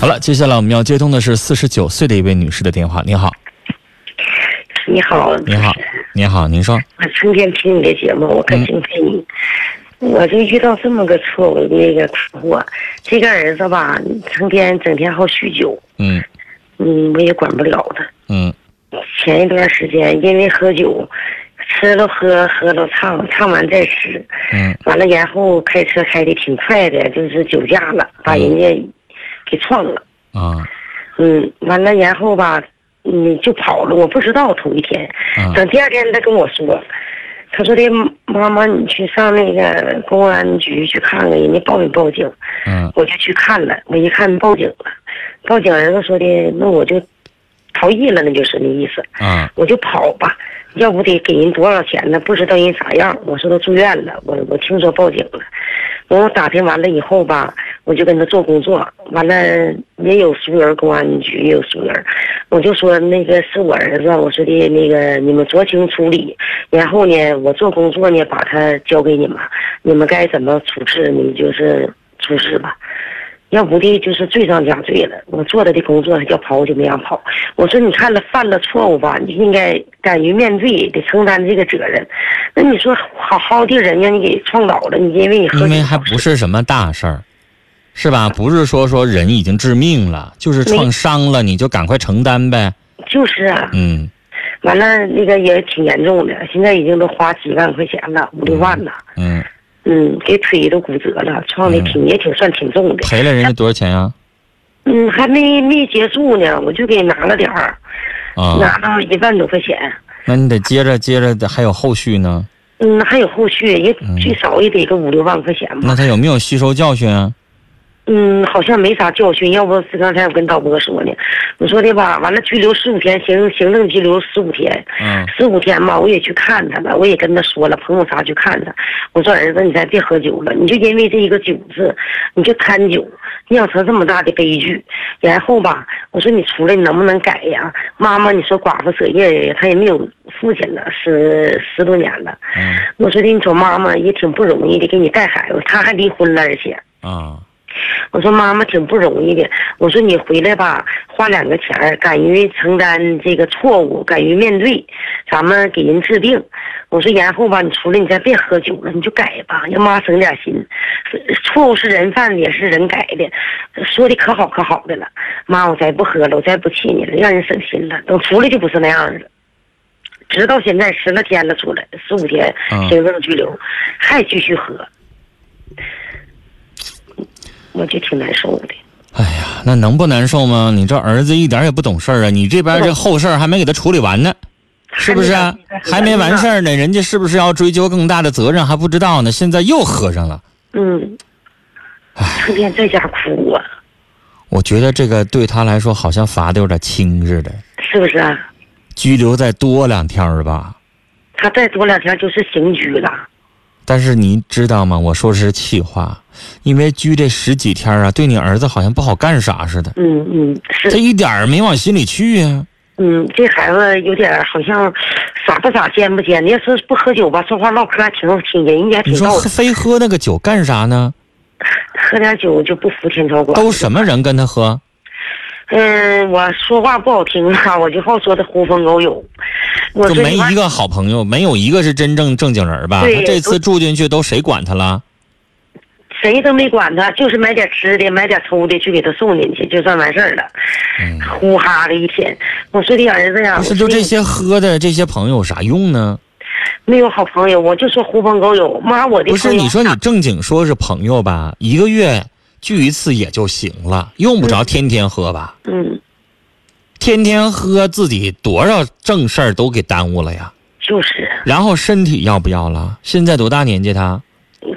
好了，接下来我们要接通的是四十九岁的一位女士的电话。您好，你好，您好，您好，您说，我成天听你的节目，我可嗯敬佩你。我就遇到这么个错误的那个困惑，这个儿子吧，成天整天好酗酒，嗯嗯，我也管不了他。嗯前一段时间因为喝酒，吃了喝，喝了唱，唱完再吃，嗯完了然后开车开的挺快的，就是酒驾了，把人家给撞了。啊嗯，完了然后吧，嗯，就跑了，我不知道头一天。啊等第二天他跟我说，他说的妈妈，你去上那个公安局去看看，人家报没报警？嗯我就去看了，我一看报警了，报警儿子说的，那我就逃逸了，那就是那意思，啊我就跑吧，要不得给人多少钱呢？不知道人啥样。我说都住院了，我我听说报警了，完我打听完了以后吧，我就跟他做工作，完了也有熟人，公安局也有熟人，我就说那个是我儿子，我说的那个你们酌情处理，然后呢，我做工作呢把他交给你们，你们该怎么处置，你们就是处置吧。要不的，就是罪上加罪了。我做他的工作要跑就没让跑。我说你看了犯了错误吧，你应该敢于面对，得承担这个责任。那你说好好的人让你给撞倒了，你因为你喝酒因为还不是什么大事儿，是吧？不是说说人已经致命了，就是创伤了，你就赶快承担呗。就是啊，嗯完了那个也挺严重的，现在已经都花几万块钱了，五六万了。嗯，嗯，给腿都骨折了，撞的挺也挺算挺重的。赔了人家多少钱呀、嗯，还没没结束呢，我就给拿了点儿，啊？拿了一万多块钱。那你得接着接着还有后续呢。嗯，还有后续也嗯最少也得个五六万块钱吧。那他有没有吸收教训啊？嗯，好像没啥教训，要不是刚才我跟导播说呢，我说的吧，完了拘留十五天，行行政拘留十五天，嗯十五天嘛，我也去看他了，我也跟他说了，朋友啥去看他。我说儿子，你咱别喝酒了，你就因为这一个酒字，你就贪酒，酿成这么大的悲剧。然后吧，我说你出来，你能不能改呀？妈妈，你说寡妇舍业，他也没有父亲了，十十多年了。嗯我说的，你瞅妈妈也挺不容易的，给你带孩子，他还离婚了，而且。啊我说妈妈挺不容易的，我说你回来吧，花两个钱儿，敢于承担这个错误，敢于面对，咱们给人治病。我说然后吧，你出来你再别喝酒了，你就改吧，让妈省点心。是错误是人犯的，也是人改的，说的可好可好的了。妈，我再不喝了，我再不气你了，让人省心了。等出来就不是那样了。直到现在十来天了，出来十五天嗯行政拘留，还继续喝，嗯我就挺难受的。那能不难受吗？你这儿子一点也不懂事儿啊！你这边这后事儿还没给他处理完呢，是不是啊？还没完事儿。儿呢，人家是不是要追究更大的责任还不知道呢？现在又喝上了，嗯，成天在家哭啊，我觉得这个对他来说好像罚的有点轻似的，是不是啊？拘留再多两天儿吧。他再多两天就是刑拘了。但是你知道吗？我说的是气话，因为拘这十几天儿啊，对你儿子好像不好干啥似的，嗯嗯，他是，一点儿没往心里去啊呀、嗯，这孩子有点好像傻不傻，尖不尖？你要说不喝酒吧，说话唠嗑还挺挺人家你挺说逗喝的，非喝那个酒干啥呢？喝点酒就不服天朝管。都什么人跟他喝？嗯，我说话不好听啊， 我就好说他狐朋狗友。我就说没你妈一个好朋友，没有一个是真正正经人儿吧？对啊他这次住进去都谁管他了？谁都没管他，就是买点吃的，买点抽的去给他送进去，就算完事儿了。嗯呼哈的一天，我说的儿子呀，不是，就我说的这些喝的这些朋友有啥用呢？没有好朋友，我就说狐朋狗友。妈，我的不是，朋友啊你说你正经说是朋友吧，一个月聚一次也就行了，用不着天天喝吧？嗯，天天喝自己多少正事儿都给耽误了呀。就是然后身体要不要了？现在多大年纪他？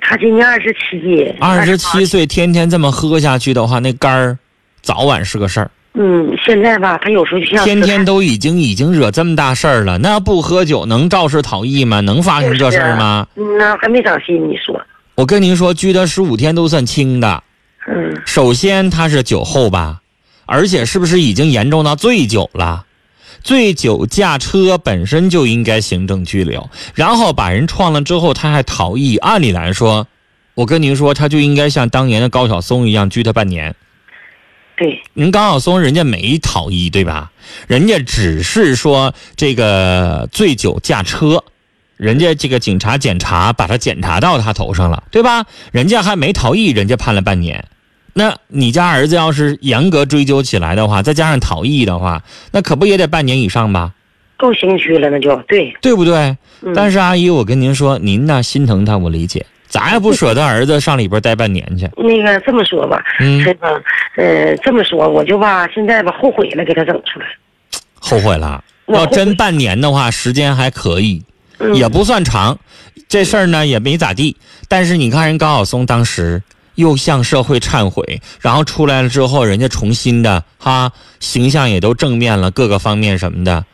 他今年二十七，二十七，岁，天天这么喝下去的话，那肝儿早晚是个事儿。嗯，现在吧，他有时候就像天天都都已经已经惹这么大事儿了，那不喝酒能肇事逃逸吗？能发生这事儿吗？嗯呐，还没长心，你说，我跟您说，拘他十五天都算轻的。嗯首先他是酒后吧，而且是不是已经严重到醉酒了？醉酒驾车本身就应该行政拘留，然后把人撞了之后他还逃逸，按理来说，我跟您说他就应该像当年的高晓松一样拘他半年。对，您高晓松人家没逃逸，对吧？人家只是说这个醉酒驾车，人家这个警察检查把他检查到他头上了，对吧？人家还没逃逸，人家判了半年。那你家儿子要是严格追究起来的话，再加上逃逸的话，那可不也得半年以上吧？够刑拘了，那就对。对不对？嗯、但是阿姨，我跟您说，您呐心疼他，我理解，咱也不舍得儿子上里边待半年去。那个这么说吧，嗯，这个呃这么说，我就吧现在吧后悔了，给他整出来。后悔了。 我要后悔哦真半年的话，时间还可以，嗯也不算长。这事儿呢也没咋地，但是你看人高晓松当时又向社会忏悔，然后出来了之后，人家重新的哈形象也都正面了，各个方面什么的。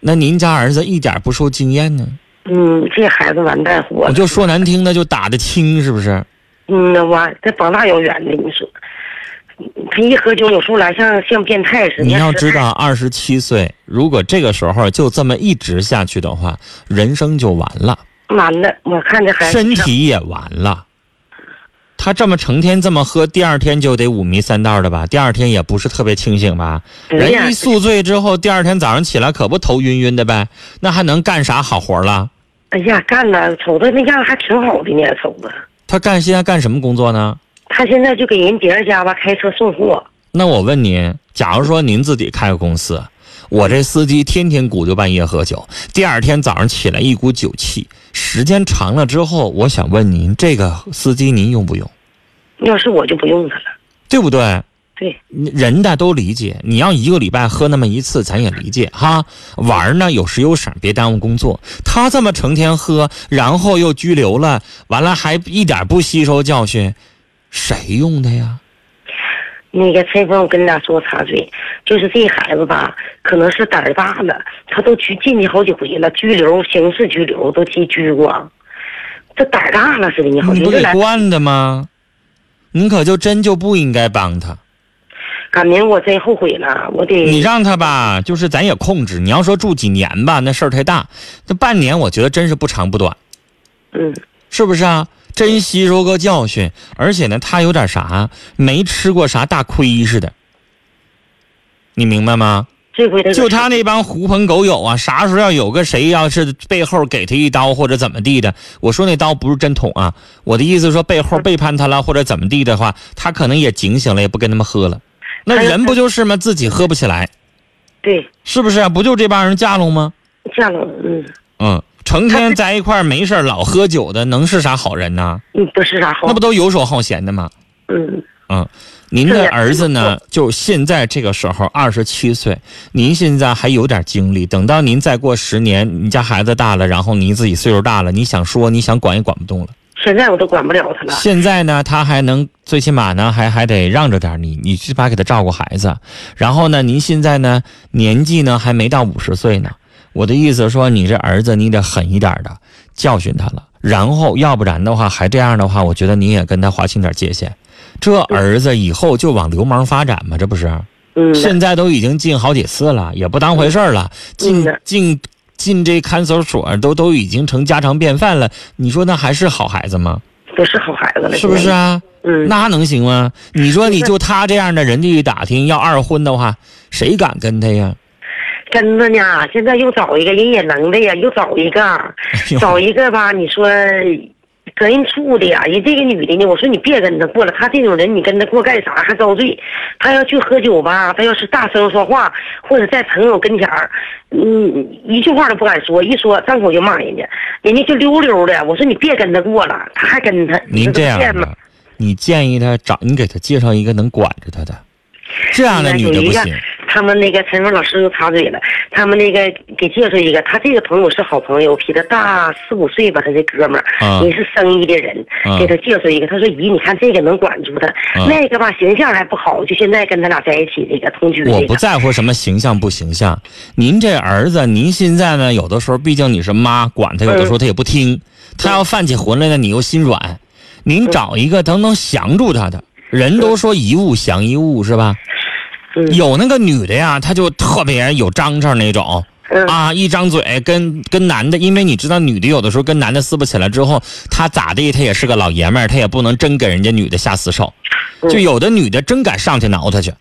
那您家儿子一点不受经验呢？嗯，这孩子完蛋活我了。就说难听的，就打得轻，是不是？嗯，那完这膀大腰圆的，你说，他一喝酒有时候来像像变态似的。你要知道，二十七岁，如果这个时候就这么一直下去的话，人生就完了。完了，我看这孩子身体也完了。他这么成天这么喝，第二天就得五迷三道的吧？第二天也不是特别清醒吧？对呀人一宿醉之后，第二天早上起来可不头晕晕的呗？那还能干啥好活了？哎呀，干了，瞅着那样还挺好的呢，瞅着。他干现在干什么工作呢？他现在就给人别人家吧开车送货，那我问您，假如说您自己开个公司，我这司机天天鼓捣半夜喝酒，第二天早上起来一股酒气，时间长了之后，我想问您，这个司机您用不用？要是我就不用他了。对不对？对，人的都理解，你要一个礼拜喝那么一次，咱也理解哈。玩儿呢有时有赏，别耽误工作。他这么成天喝，然后又拘留了，完了还一点不吸收教训，谁用的呀？那个陈峰，我跟你俩说插嘴，就是这孩子吧，可能是胆儿大了，他都去进去好几回了，拘留、刑事拘留都去拘过，这胆儿大了似的，你好你像不就给来。惯的吗？你可就真就不应该帮他，赶明我真后悔了，我得你让他吧，就是咱也控制。你要说住几年吧，那事儿太大，这半年我觉得真是不长不短。嗯，是不是啊？真吸收个教训，而且呢，他有点啥没吃过啥大亏似的，你明白吗？这回他就他那帮狐朋狗友啊，啥时候要有个谁要是背后给他一刀或者怎么地的，我说那刀不是真捅啊，我的意思说背后背叛他了或者怎么地的话，他可能也警醒了，也不跟他们喝了。那还有人不就是吗？自己喝不起来，对是不是、啊？不就这帮人架拢吗？嫁了，嗯，嗯，成天在一块儿没事儿老喝酒的，能是啥好人呐？嗯，不是啥好那，不都游手好闲的吗？嗯，您的儿子呢？就现在这个时候，二十七岁，您现在还有点精力。等到您再过十年，你家孩子大了，然后您自己岁数大了，你想说你想管也管不动了。现在我都管不了 他了，现在呢，他还能最起码呢，还还得让着点你，你最起码给他照顾孩子。然后呢，您现在呢年纪呢还没到五十岁呢，我的意思说，你这儿子你得狠一点的教训他了，然后要不然的话还这样的话，我觉得你也跟他划清点界限。这儿子以后就往流氓发展嘛，这不是？嗯，现在都已经进好几次了，也不当回事儿了，进嗯是进进这看守所都都已经成家常便饭了，你说那还是好孩子吗？不是好孩子了，是不是？啊？嗯，那能行吗？你说你就他这样的人家一打听要二婚的话，谁敢跟他呀？跟着呢，现在又找一个人也能的呀，又找一个，哎呦找一个吧，你说跟人处的呀，人这个女的呢，我说你别跟她过了，她这种人你跟她过干啥？还遭罪。她要去喝酒吧，她要是大声说话，或者在朋友跟前儿，嗯，一句话都不敢说，一说张口就骂人家，人家就溜溜的。我说你别跟她过了，她还跟她，你您说这她样贱吗？的，你建议他找你给他介绍一个能管着他的，这样的女的不哎有一行个。他们那个陈峰老师又插嘴了，他们那个给介绍一个，他这个朋友是好朋友，比他大四五岁吧，他这哥们啊儿也是生意的人，啊给他介绍一个，他说姨，你看这个能管住他，啊那个吧形象还不好，就现在跟他俩在一起这个同居我这不个，在乎什么形象不形象，您这儿子，您现在呢，有的时候毕竟你是妈，管他，有的时候嗯他也不听，他要犯起浑来呢，你又心软，嗯您找一个能能降住他的。人都说一物降一物是吧？嗯有那个女的呀，她就特别有张张那种，嗯啊，一张嘴跟跟男的，因为你知道女的有的时候跟男的撕不起来之后，她咋地，她也是个嗯老爷们儿，她也不能真给人家女的下死手，就有的女的真敢上去挠他去，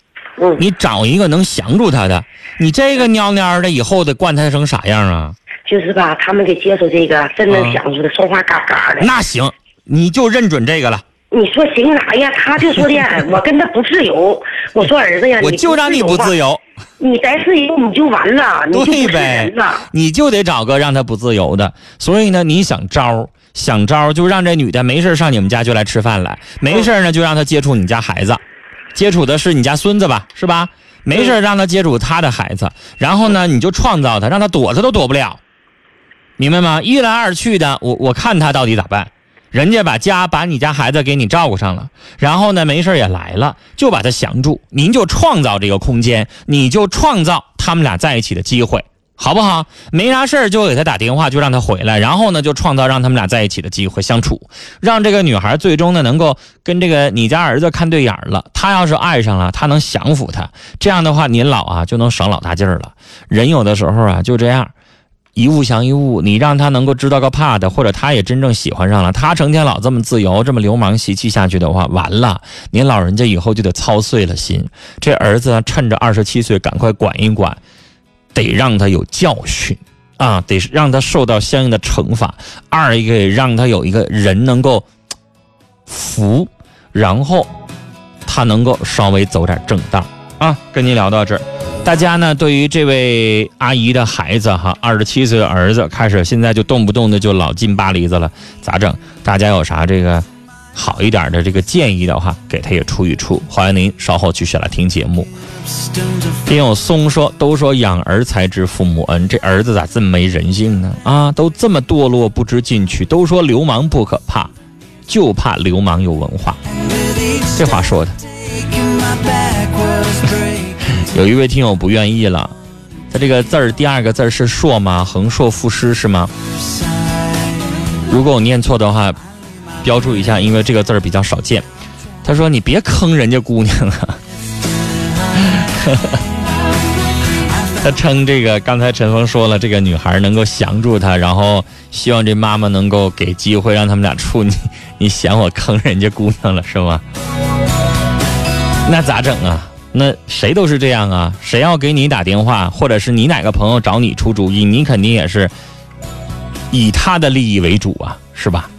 嗯，你找一个能降住他的。你这个蔫蔫的，以后得惯他成啥样啊？就是吧，他们给接受这个，真能想出来，说话嘎嘎的。那行，你就认准这个了，你说行啥呀？他就说的，我跟他不自 由。我说儿子呀，我就让你不自由吧，由。你再自由你就完了，你就不对是呗人了。，你就得找个让他不自由的。所以呢，你想招儿想招儿就让这女的没事儿上你们家就来吃饭来，没事儿呢就让她接触你家孩子，接触的是你家孙子吧，是吧？没事儿让她接触他的孩子，然后呢，你就创造他，让他躲他都躲不了，明白吗？一来二去的，我我看他到底咋办。人家把家把你家孩子给你照顾上了，然后呢，没事儿也来了，就把他降住。您就创造这个空间，你就创造他们俩在一起的机会，好不好？没啥事儿就给他打电话，就让他回来，然后呢，就创造让他们俩在一起的机会相处，让这个女孩最终呢能够跟这个你家儿子看对眼儿了。他要是爱上了，他能降服他，这样的话，您老啊就能省老大劲儿了。人有的时候啊就这样，一物降一物，你让他能够知道个怕的，或者他也真正喜欢上了，他成天老这么自由、这么流氓习气下去的话，完了，您老人家以后就得操碎了心。这儿子啊趁着二十七岁，赶快管一管，得让他有教训啊，得让他受到相应的惩罚。二一个，也让他有一个人能够嘖服，然后他能够稍微走点正道啊。跟您聊到这儿。大家呢，对于这位阿姨的孩子哈，二十七岁的儿子，开始现在就动不动的就老进巴黎子了，咋整？大家有啥这个好一点的这个建议的话，给他也出一出。欢迎您稍后继续来听节目。听友松说，都说养儿才知父母恩，这儿子咋这么没人性呢？啊，都这么堕落不知进取，都说流氓不可怕，就怕流氓有文化。这话说的。有一位听友不愿意了，他这个字儿第二个字儿是硕吗？横硕赋诗是吗？如果我念错的话，标注一下，因为这个字儿比较少见。他说：“你别坑人家姑娘啊。” 他称这个，刚才陈峰说了，这个女孩能够降住他，然后希望这妈妈能够给机会让他们俩处。你 你嫌我坑人家姑娘了是吗？那咋整啊？那谁都是这样啊！谁要给你打电话，或者是你哪个朋友找你出主意，你肯定也是以他的利益为主啊，是吧？